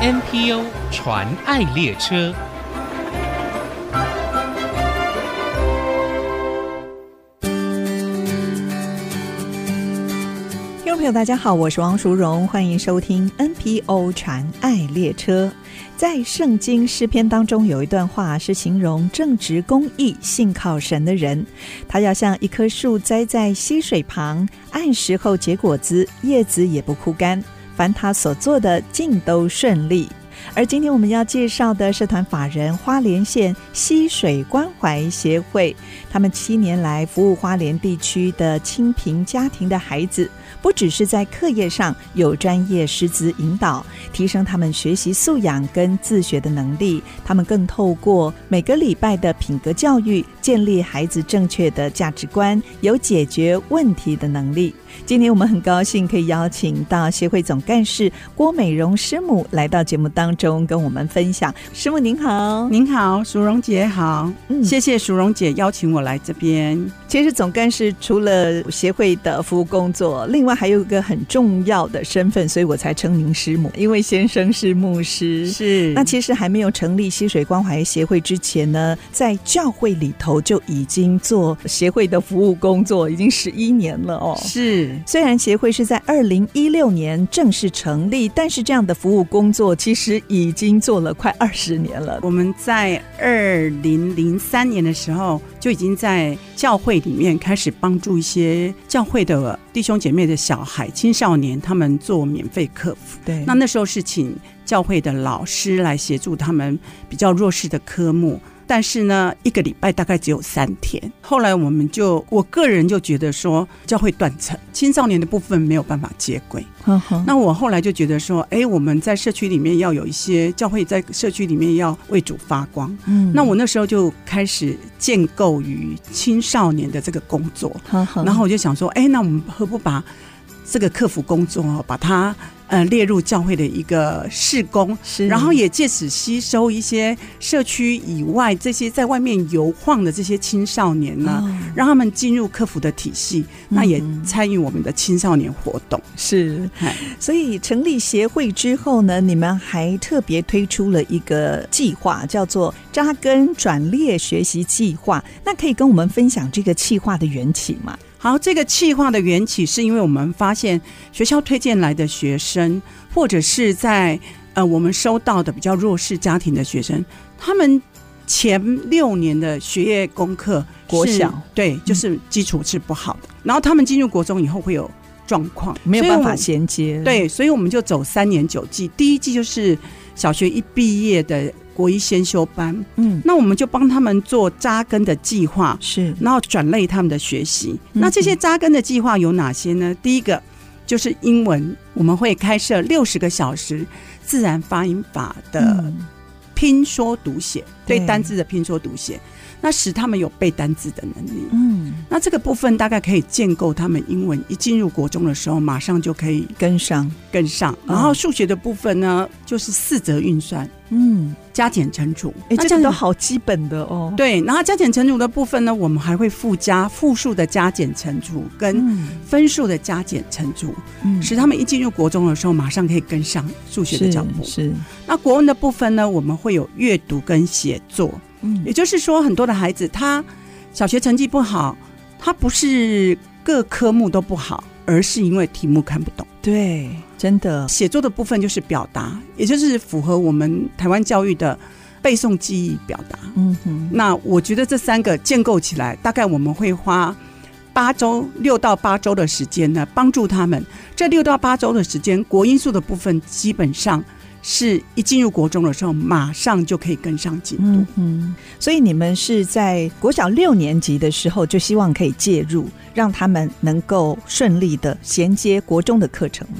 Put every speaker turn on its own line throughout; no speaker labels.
NPO 传爱列车。
听众朋友，大家好，我是王淑荣，欢迎收听 NPO 传爱列车。在圣经诗篇当中，有一段话是形容正直、公义、信靠神的人，他要像一棵树栽在溪水旁，按时候结果子，叶子也不枯干，凡他所做的，尽都顺利。而今天我们要介绍的社团法人花莲县溪水关怀协会，他们七年来服务花莲地区的清贫家庭的孩子，不只是在课业上有专业师资引导，提升他们学习素养跟自学的能力，他们更透过每个礼拜的品格教育，建立孩子正确的价值观，有解决问题的能力。今天我们很高兴可以邀请到协会总干事郭美荣师母来到节目当中，跟我们分享。师母您好，
您好，淑荣姐好，
嗯
谢谢淑荣姐邀请我来这边。
其实总干事除了协会的服务工作，另外还有一个很重要的身份，所以我才称您师母，因为先生是牧师。
是
那
那
其实还没有成立溪水关怀协会之前呢，在教会里头就已经做协会的服务工作，已经十一年了哦。
是
虽然协会是在二零一六年正式成立，但是这样的服务工作其实已经做了快二十年了。
我们在二零零三年的时候就已经在教会里面开始帮助一些教会的弟兄姐妹的小孩、青少年，他们做免费客服。
对，
那那时候是请教会的老师来协助他们比较弱势的科目。但是呢，一个礼拜大概只有三天。后来我们就，我个人就觉得说，教会断层，青少年的部分没有办法接轨。
呵呵
那我后来就觉得说，哎，我们在社区里面要有一些教会在社区里面要为主发光。
嗯
那我那时候就开始建构于青少年的这个工作，
呵呵
然后我就想说，哎，那我们何不把这个客服工作哦，把它呃列入教会的一个事工，
是，
然后也借此吸收一些社区以外这些在外面游晃的这些青少年呢，
哦
让他们进入客服的体系，那也
嗯
参与我们的青少年活动。
是
哎，
所以成立协会之后呢，你们还特别推出了一个计划，叫做“扎根转列学习计划”。那可以跟我们分享这个计划的缘起吗？
好，这个企划的缘起是因为我们发现学校推荐来的学生，或者是在呃我们收到的比较弱势家庭的学生，他们前六年的学业功课是，
国小
对，就是基础是不好的，然后他们进入国中以后会有状况，
没有
所以
办
我
法衔接，，
对，所以我们就走三年九季，第一季就是小学一毕业的国一先修班，
嗯，
那我们就帮他们做扎根的计划，
是，
然后转类他们的学习。
嗯
那这些扎根的计划有哪些呢？第一个就是英文，我们会开设六十个小时自然发音法的
嗯
拼说读写，
对
对单字的拼说读写，那使他们有背单字的能力。
嗯，
那这个部分大概可以建构他们英文一进入国中的时候，马上就可以
跟上，
跟上。
嗯
然后数学的部分呢，就是四则运算、
嗯。
加减乘除。
哎，
那
这个
样
都好基本的哦。
对，然后加减乘除的部分呢，我们还会附加复数的加减乘除跟
嗯，
分数的加减乘除，
嗯
使他们一进入国中的时候，马上可以跟上数学的脚步。
是，
那国文的部分呢，我们会有阅读跟写作，
嗯
也就是说，很多的孩子他小学成绩不好，他不是各科目都不好，而是因为题目看不懂。
对，真的，
写作的部分就是表达，也就是符合我们台湾教育的背诵记忆表达。
嗯哼，
那我觉得这三个建构起来，大概我们会花八周六到八周的时间呢，帮助他们。这六到八周的时间，国音素的部分基本上是一进入国中的时候，马上就可以跟上进度。
嗯哼，所以你们是在国小六年级的时候就希望可以介入，让他们能够顺利的衔接国中的课程吗？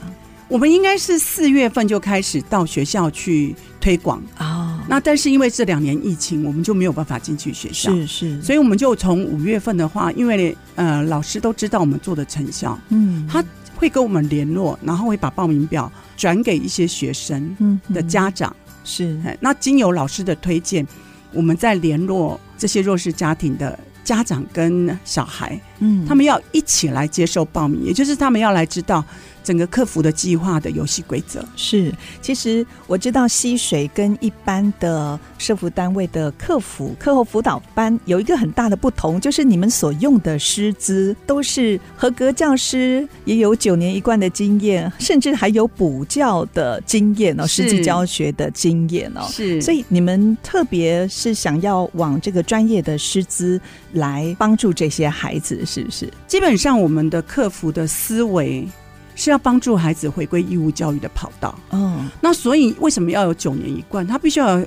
我们应该是四月份就开始到学校去推广。
啊，
那但是因为这两年疫情，我们就没有办法进去学校，
是是，
所以我们就从五月份的话，因为呃老师都知道我们做的成效，
嗯，
他会跟我们联络，然后会把报名表转给一些学生
嗯哼
的家长。
是，
哎那经由老师的推荐，我们再联络这些弱势家庭的家长跟小孩，
嗯，
他们要一起来接受报名，也就是他们要来知道整个客服的计划的游戏规则。
是，其实我知道溪水跟一般的社服单位的客服、课后辅导班有一个很大的不同，就是你们所用的师资都是合格教师，也有九年一贯的经验，甚至还有补教的经验哦，
是
实际教学的经验哦。
是
所
所以
以你们特别是想要往这个专业的师资来帮助这些孩子，是不是？
基本上我们的客服的思维是要帮助孩子回归义务教育的跑道。
嗯，
那所以为什么要有九年一贯？他必须要有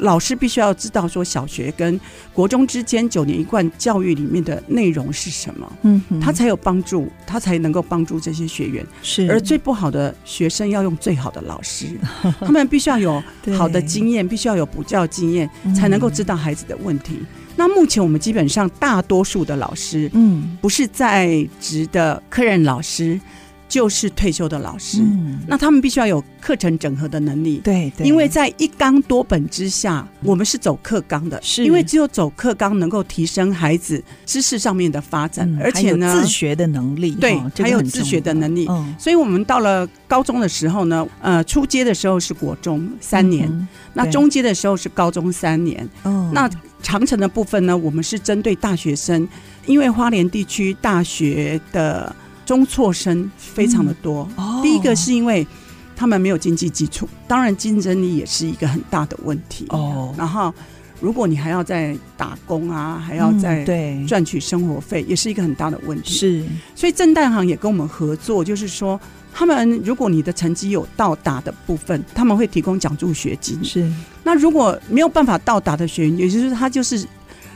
老师必须要知道说小学跟国中之间九年一贯教育里面的内容是什么，
嗯哼，
他才有帮助，他才能够帮助这些学员。
是
而最不好的学生要用最好的老师， 他们必须要有好的经验，必须要有补教经验，
嗯
才能够知道孩子的问题。那目前我们基本上大多数的老师，
嗯
不是在职的科任老师，就是退休的老师。
嗯
那他们必须要有课程整合的能力。
对对，嗯
因为在一纲多本之下，我们是走课纲的，
是
因为只有走课纲能够提升孩子知识上面的发展，
嗯
而且呢，
还有自学的能力，
对
哦这个
还有
很重
自学的能力
要嗯，
所以我们到了高中的时候呢，呃，初阶的时候是国中三年，
嗯
那中阶的时候是高中三年，
哼，哦，
那长城的部分呢，我们是针对大学生，因为花莲地区大学的中辍生非常的多。
哦
第一个是因为他们没有经济基础，当然竞争力也是一个很大的问题。
哦，
然后，如果你还要再打工啊，还要
嗯
再
对
赚取生活费，也是一个很大的问题。
是
所以正旦行也跟我们合作，就是说，他们如果你的成绩有到达的部分，他们会提供奖助学金。
是
那如果没有办法到达的学员，也就是他就是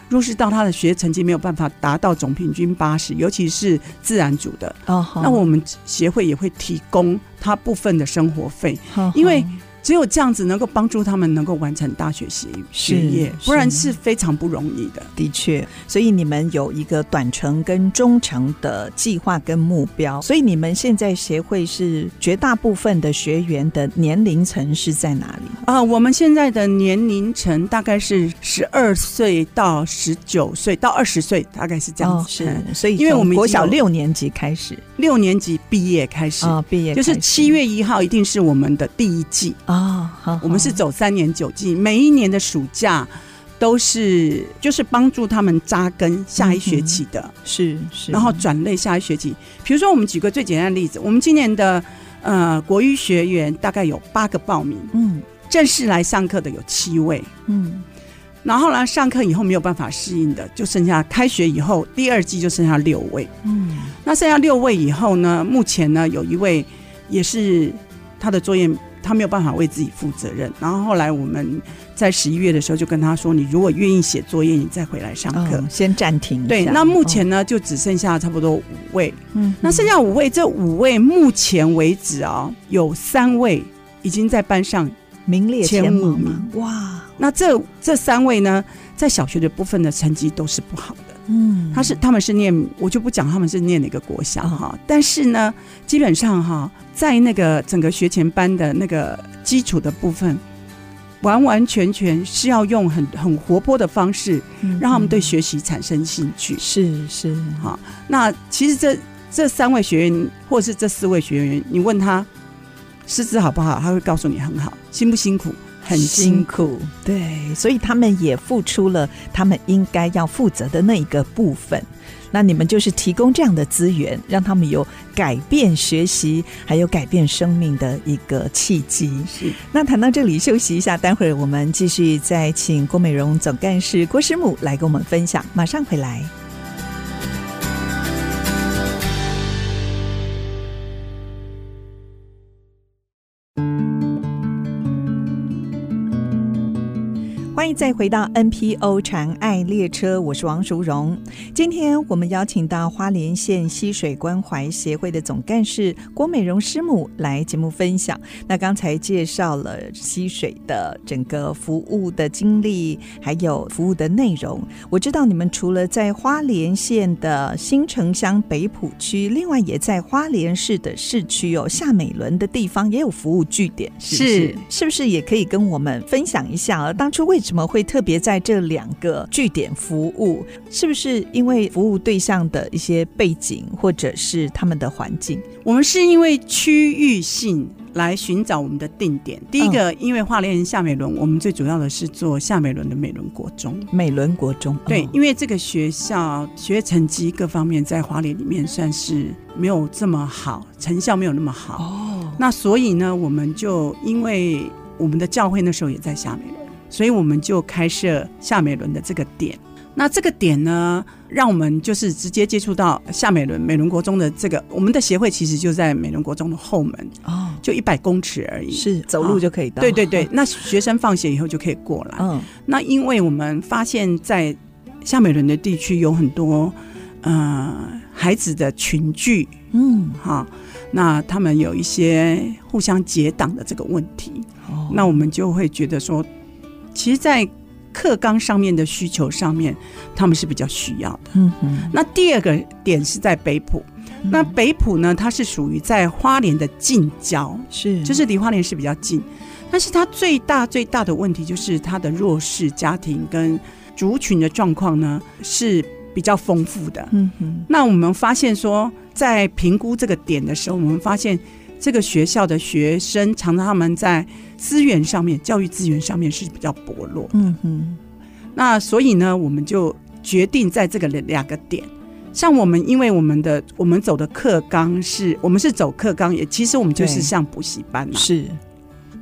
弱势到他的学业成绩没有办法达到总平均八十，尤其是自然组的，
哦，好
那我们协会也会提供他部分的生活费，
好
因为
好
只有这样子能够帮助他们能够完成大学学
是
学业，
是
不然是非常不容易的。
的确，哦所以你们嗯有一个短程跟中程的计划跟目标，所以你们现在协会是绝大部分的学员的年龄层是在哪里？
啊、我们现在的年龄层大概是十二岁到十九岁到二十岁，大概是这样
哦
子。
是，所以
因为
从
我们已
国
经
小
有
六年级开始
六年级毕业开始，
啊，毕业
就是
开始
七月一号一定是我们的第一季。
啊，好，
我们是走三年九季，每一年的暑假都是就是帮助他们扎根下一学期的，
好是是，
然后转类下一学期。比如说，我们举个最简单的例子，我们今年的呃国语学员大概有八个报名，
嗯
正式来上课的有七位。
嗯
然后呢，上课以后没有办法适应的，就剩下开学以后第二季就剩下六位。
嗯
那剩下六位以后呢，目前呢有一位也是他的作业他没有办法为自己负责任，然后后来我们在十一月的时候就跟他说，你如果愿意写作业，你再回来上课。
嗯先暂停一
对，
下哦
那目前呢、就只剩下差不多五位，
嗯，
那剩下五位，这五位目前为止哦，有三位已经在班上，
名列
前
前
五
茅嘛
名，
哇，
那这这三位呢，在小学的部分的成绩都是不好的。
嗯，嗯
他是他们是念，我就不讲他们是念哪个国小哈、但是呢，基本上哈、在那个整个学前班的那个基础的部分，完完全全是要用很很活泼的方式，
嗯
让他们对
嗯
学习产生兴趣。
是是
哈那其实这这三位学员，或者是这四位学员，你问他师资好不好，他会告诉你很好，辛不辛苦，很辛苦。
苦，对，所以他们也付出了他们应该要负责的那一个部分。那你们就是提供这样的资源，让他们有改变学习，还有改变生命的一个契机。
是
那谈到这里，休息一下，待会儿我们继续再请郭美荣总干事郭师母来跟我们分享，马上回来。欢迎再回到 NPO 传爱列车，我是王淑荣。今天我们邀请到花莲县溪水关怀协会的总干事郭美荣师母来节目分享。那刚才介绍了溪水的整个服务的经历，还有服务的内容。我知道你们除了在花莲县的新城乡北埔区，另外也在花莲市的市区有夏美伦的地方也有服务据点，是不是
是
是不是也可以跟我们分享一下啊？当初为什么会特别在这两个据点服务？是不是因为服务对象的一些背景，或者是他们的环境？
我们是因为区域性来寻找我们的定点。第一个，因为花莲夏美伦，我们最主要的是做夏美伦的美伦国中。
美伦国中，
对，
嗯
因为这个学校学业成绩各方面在华联里面算是没有这么好，成效没有那么好。
哦，
那所以呢，我们就因为我们的教会那时候也在夏美伦，所以我们就开设夏美伦的这个点。那这个点呢，让我们就是直接接触到夏美伦美伦国中的这个，我们的协会其实就在美伦国中的后门，
哦，
就一百公尺而已。，
是走路就可以到，
对对对。 那学生放学以后就可以过来。
嗯，
那因为我们发现，在夏美伦的地区有很多呃孩子的群聚
嗯
哈，那他们有一些互相结党的这个问题，
哦
那我们就会觉得说，其实，在课纲上面的需求上面，他们是比较需要的。
嗯嗯，
那第二个点是在北浦，那北浦呢，它是属于在花莲的近郊，
是
就是离花莲是比较近，但是它最大最大的问题就是它的弱势家庭跟族群的状况呢是比较丰富的。
嗯嗯
那我们发现说，在评估这个点的时候，我们发现这个学校的学生常常他们在资源上面、教育资源上面是比较薄弱。
嗯嗯
那所以呢，我们就决定在这个两个点。像我们，因为我们的我们走的课纲是，我们是走课纲，也其实我们就是
对
像补习班嘛。
是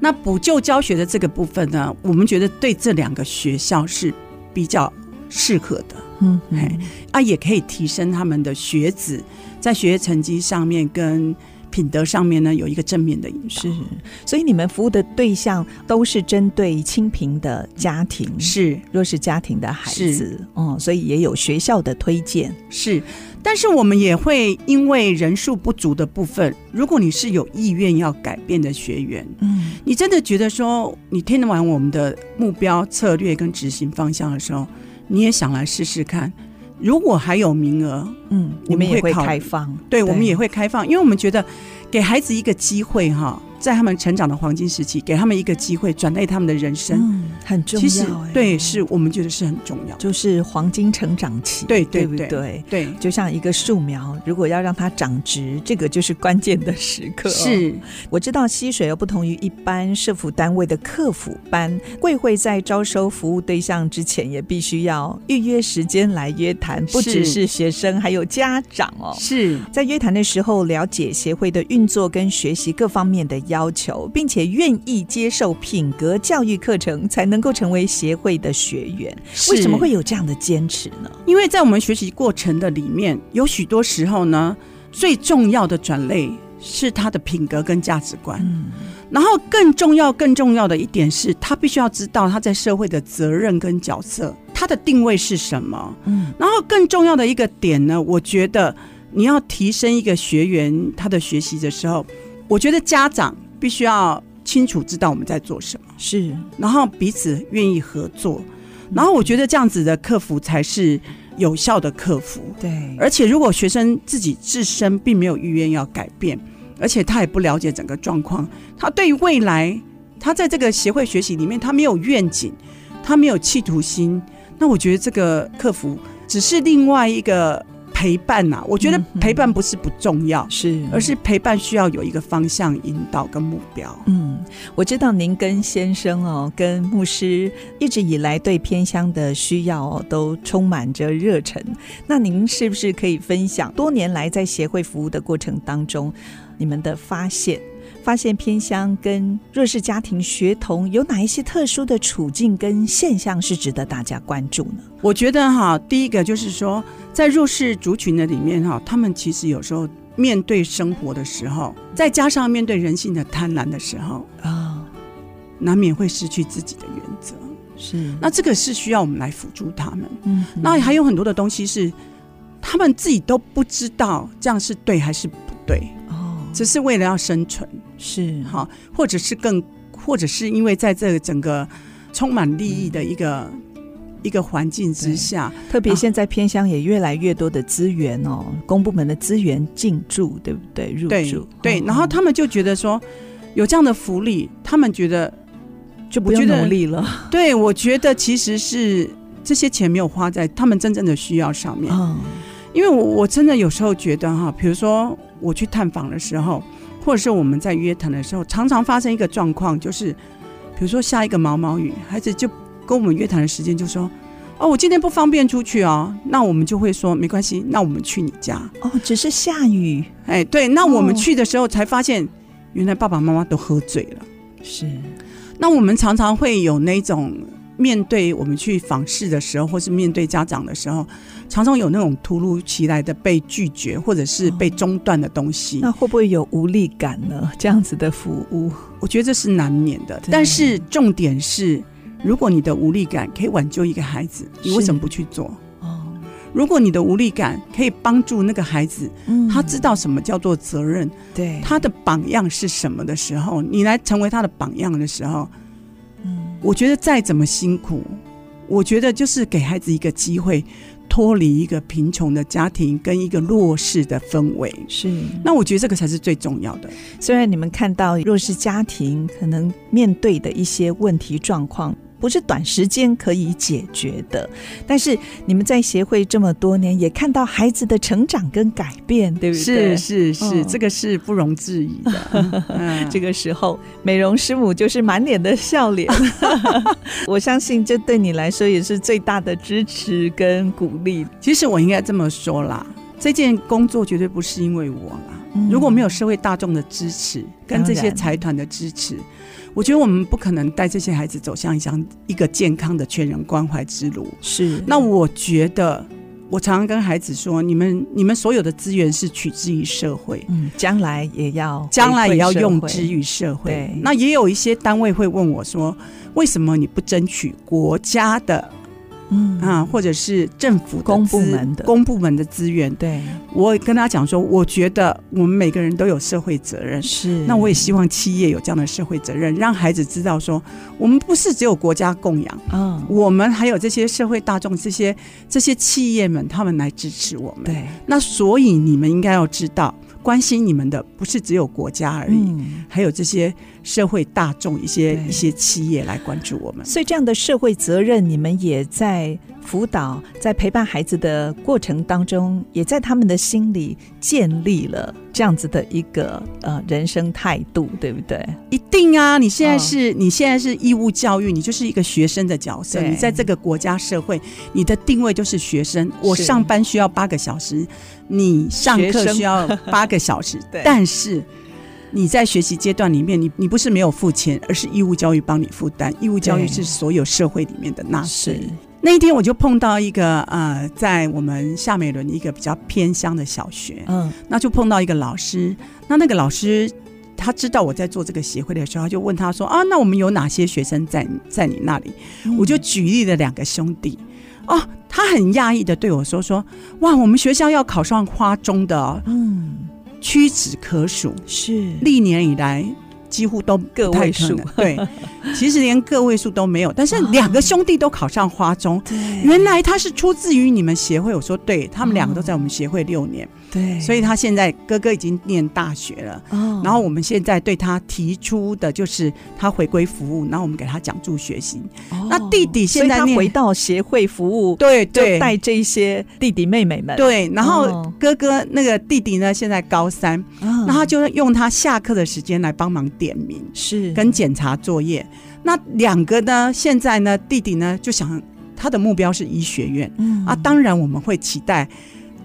那补救教学的这个部分呢，我们觉得对这两个学校是比较适合的。
嗯
嘿啊，也可以提升他们的学子在学业成绩上面跟品德上面呢有一个正面的影响。
是，所以你们服务的对象都是针对清贫的家庭，
是
弱势家庭的孩
是
子，哦，所以也有学校的推荐，
是，但是我们也会因为人数不足的部分，如果你是有意愿要改变的学员，
嗯
你真的觉得说你听完我们的目标策略跟执行方向的时候，你也想来试试看。如果还有名额，
嗯，你
我们
们也
会
会
考虑
开放，
对，我们也会开放，因为我们觉得给孩子一个机会哈，在他们成长的黄金时期，给他们一个机会，转类他们的人生，
嗯很重
其实
要，哎
对，是我们觉得是很重要。
就是黄金成长期，
对对
对不
对
对？
对，
就像一个树苗，如果要让它长直，这个就是关键的时刻、哦
是
我知道溪水又不同于一般社服单位的客服班，贵会在招收服务对象之前，也必须要预约时间来约谈，不只是学生，还有家长哦。
是
在约谈的时候，了解协会的运作跟学习各方面的要求，并且愿意接受品格教育课程，才能够成为协会的学员。
是
为什么会？有这样的坚持呢？
因为在我们学习过程的里面，有许多时候呢，最重要的转类是他的品格跟价值观，
嗯，
然后更重要、更重要的一点是他必须要知道他在社会的责任跟角色，他的定位是什么。
嗯
然后更重要的一个点呢，我觉得你要提升一个学员他的学习的时候，我觉得家长必须要清楚知道我们在做什么，
是
然后彼此愿意合作，然后我觉得这样子的客服才是有效的客服。
对，
而且如果学生自己自身并没有意愿要改变，而且他也不了解整个状况，他对于未来，他在这个协会学习里面，他没有愿景，他没有企图心，那我觉得这个客服只是另外一个陪伴呐、我觉得
嗯哼
陪伴不是不重要，
是
而是陪伴需要有一个方向引导跟目标。
嗯，我知道您跟先生哦，跟牧师一直以来对偏乡的需要哦，都充满着热忱。那您是不是可以分享多年来在协会服务的过程当中，你们的发现？发现偏乡跟弱势家庭学童有哪一些特殊的处境跟现象是值得大家关注呢？
我觉得哈，第一个就是说，在弱势族群的里面哈，他们其实有时候面对生活的时候，再加上面对人性的贪婪的时候，
啊、
难免会失去自己的原则。
是
那这个是需要我们来辅助他们。
嗯，
那还有很多的东西是他们自己都不知道这样是对还是不对，
哦，
只是为了要生存
是
哈，或者是更，或者是因为在这整个充满利益的一个、一个环境之下，
特别
啊
现在偏乡也越来越多的资源哦，公部门的资源进驻，对不对？入
对
驻
对，
嗯
然后他们就觉得说有这样的福利，他们觉得
就不用
我觉得
努力了啊、
对，我觉得其实是这些钱没有花在他们真正的需要上面，
嗯
因为我我真的有时候觉得哈，比如说我去探访的时候，或者是我们在约谈的时候，常常发生一个状况，就是比如说下一个毛毛雨，孩子就跟我们约谈的时间就说。哦，我今天不方便出去哦，那我们就会说没关系，那我们去你家。
哦，只是下雨
哎，对，那我们
哦
去的时候才发现，原来爸爸妈妈都喝醉了。
是
那我们常常会有那种面对我们去访视的时候，或是面对家长的时候，常常有那种突如其来的被拒绝或者是被中断的东西。
那会不会有无力感呢？这样子的服务，
我觉得这是难免的
对，
但是重点是，如果你的无力感可以挽救一个孩子，你为
是
什么不去做？
哦，
如果你的无力感可以帮助那个孩子，
嗯
他知道什么叫做责任，
对，
他的榜样是什么的时候，你来成为他的榜样的时候，
嗯
我觉得再怎么辛苦，我觉得就是给孩子一个机会，脱离一个贫穷的家庭跟一个弱势的氛围。
是
那我觉得这个才是最重要的。
虽然你们看到弱势家庭可能面对的一些问题状况。不是短时间可以解决的，但是你们在协会这么多年，也看到孩子的成长跟改变，对不对？
是是是，
嗯
这个是不容置疑的。 嗯
这个时候，美容师母就是满脸的笑 脸，我相信这对你来说也是最大的支持跟鼓励。
其实我应该这么说啦，这件工作绝对不是因为我啦。
嗯
如果没有社会大众的支持，跟这
当
些
然
财团的支持，我觉得我们不可能带这些孩子走向一项一个健康的全人关怀之路。
是
那我觉得，我常常跟孩子说，你们你们所有的资源是取之于社会，
嗯，将来也要
将来也要用
回馈社
之
会
于社会
对。
那也有一些单位会问我说，为什么你不争取国家的
嗯
啊，或者是政府的
公
资
部门的
公部门的资源？
对
我跟他讲说，我觉得我们每个人都有社会责任。
是。
那我也希望企业有这样的社会责任，让孩子知道说，我们不是只有国家供养。
嗯，
我们还有这些社会大众、这些这些企业们，他们来支持我们。
对，
那所以你们应该要知道，关心你们的不是只有国家而已，
嗯。
还有这些社会大众、一些
对
一些企业来关注我们。
所以，这样的社会责任，你们也在辅导、在陪伴孩子的过程当中，也在他们的心里建立了这样子的一个呃人生态度，对不对？
一定啊！你
嗯
现在是、你现在是义务教育，你就是一个学生的角色。
对
你在这个国家社会，你的定位就是学生。我
是
上班需要八个小时，你上
学
课
生
需要八个小时
对，
但是。你在学习阶段里面，你你不是没有付钱，而是义务教育帮你负担。义务教育
对
是所有社会里面的
啊
纳税。那一天我就碰到一个呃，在我们夏美伦一个比较偏乡的小学，
嗯，
那就碰到一个老师，那那个老师他知道我在做这个协会的时候，他就问他说啊，那我们有哪些学生在在你那里？
嗯
我就举例了两个兄弟。哦，他很讶异的对我说说，哇，我们学校要考上花中的、哦，
嗯
屈指可数，
是
历年以来几乎都不太可能
个位数
对，其实连个位数都没有，但是
啊
两个兄弟都考上花中。
对，
原来他是出自于你们协会，我说对，他们两个都在我们协会六年，
对，
所以他现在哥哥已经念大学了，
哦，
然后我们现在对他提出的就是他回归服务，然后我们给他讲助学习。
哦
那弟弟现
所
在
以他
念
回到协会服务，
对
就
对
带这些弟弟妹妹们，
对，然后
哦
哥哥那个弟弟呢，现在高三，
嗯，
那他就用他下课的时间来帮忙点名
是
跟检查作业。那两个呢，现在呢，弟弟呢就想他的目标是医学院
嗯
啊，当然我们会期待。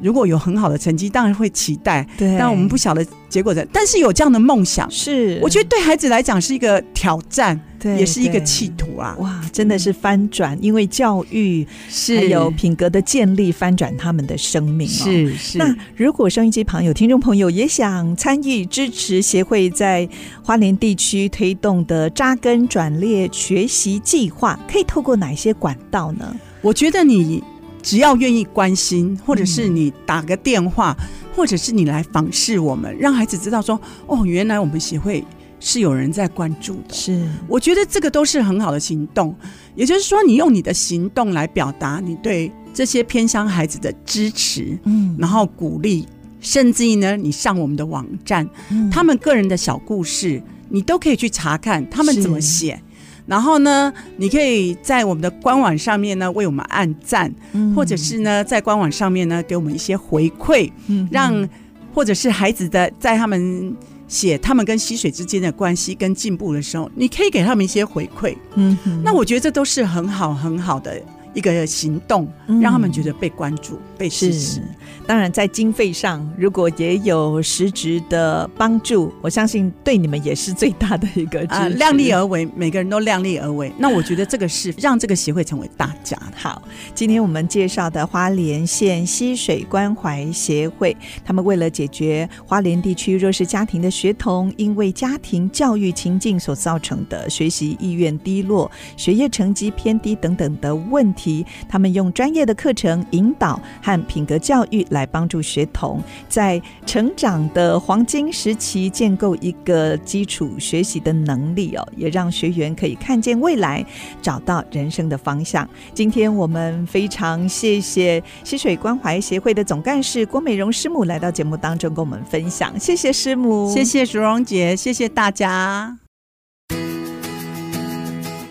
如果有很好的成绩，当然会期待，
对，
但我们不晓得结果的。但是有这样的梦想，
是，
我觉得对孩子来讲是一个挑战，
对
也是一个
对
企图啊。
哇，真的是翻转，因为教育
是
还有品格的建立，翻转他们的生命、哦。。
是是
那如果收音机旁有听众朋友也想参与支持协会在花莲地区推动的扎根转列学习计划，可以透过哪些管道呢？
我觉得你只要愿意关心，或者是你打个电话，或者是你来访视我们，让孩子知道说，哦，原来我们协会是有人在关注的。
是
我觉得这个都是很好的行动，也就是说，你用你的行动来表达你对这些偏乡孩子的支持，
嗯
然后鼓励，甚至于呢，你上我们的网站，
嗯
他们个人的小故事，你都可以去查看他们怎么写。然后呢，你可以在我们的官网上面呢为我们按赞，
嗯
或者是呢在官网上面呢给我们一些回馈，
嗯
让或者是孩子的在他们写他们跟溪水之间的关系跟进步的时候，你可以给他们一些回馈。
嗯哼
那我觉得这都是很好很好的一个行动，让他们觉得被关注、被支持
嗯是。，当然在经费上，如果也有实质的帮助，我相信对你们也是最大的一个支持。
啊，量力而为，每个人都量力而为。那我觉得这个是让这个协会成为大家的。
好，今天我们介绍的花莲县溪水关怀协会，他们为了解决花莲地区弱势家庭的学童因为家庭教育情境所造成的学习意愿低落、学业成绩偏低等等的问题，他们用专业的课程引导和品格教育来帮助学童在成长的黄金时期建构一个基础学习的能力哦，也让学员可以看见未来，找到人生的方向。今天我们非常谢谢溪水关怀协会的总干事郭美荣师母来到节目当中跟我们分享，谢谢师母，
谢谢淑荣姐，谢谢大家。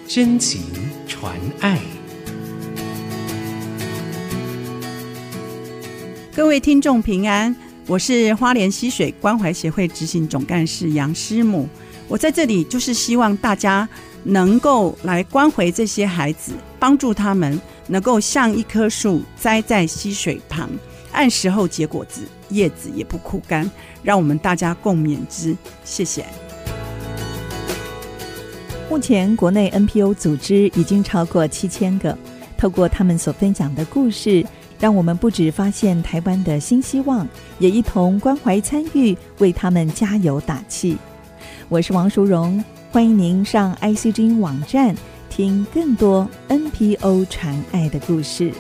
真情传爱。
各位听众平安，我是花莲溪水关怀协会执行总干事杨师母。我在这里就是希望大家能够来关怀这些孩子，帮助他们能够像一棵树栽在溪水旁，按时候结果子，叶子也不枯干。让我们大家共勉之，谢谢。
目前，国内 NPO 组织已经超过七千个。透过他们所分享的故事，让我们不止发现台湾的新希望，也一同关怀参与，为他们加油打气。我是王淑荣，欢迎您上 IC 之音网站听更多 NPO 传爱的故事。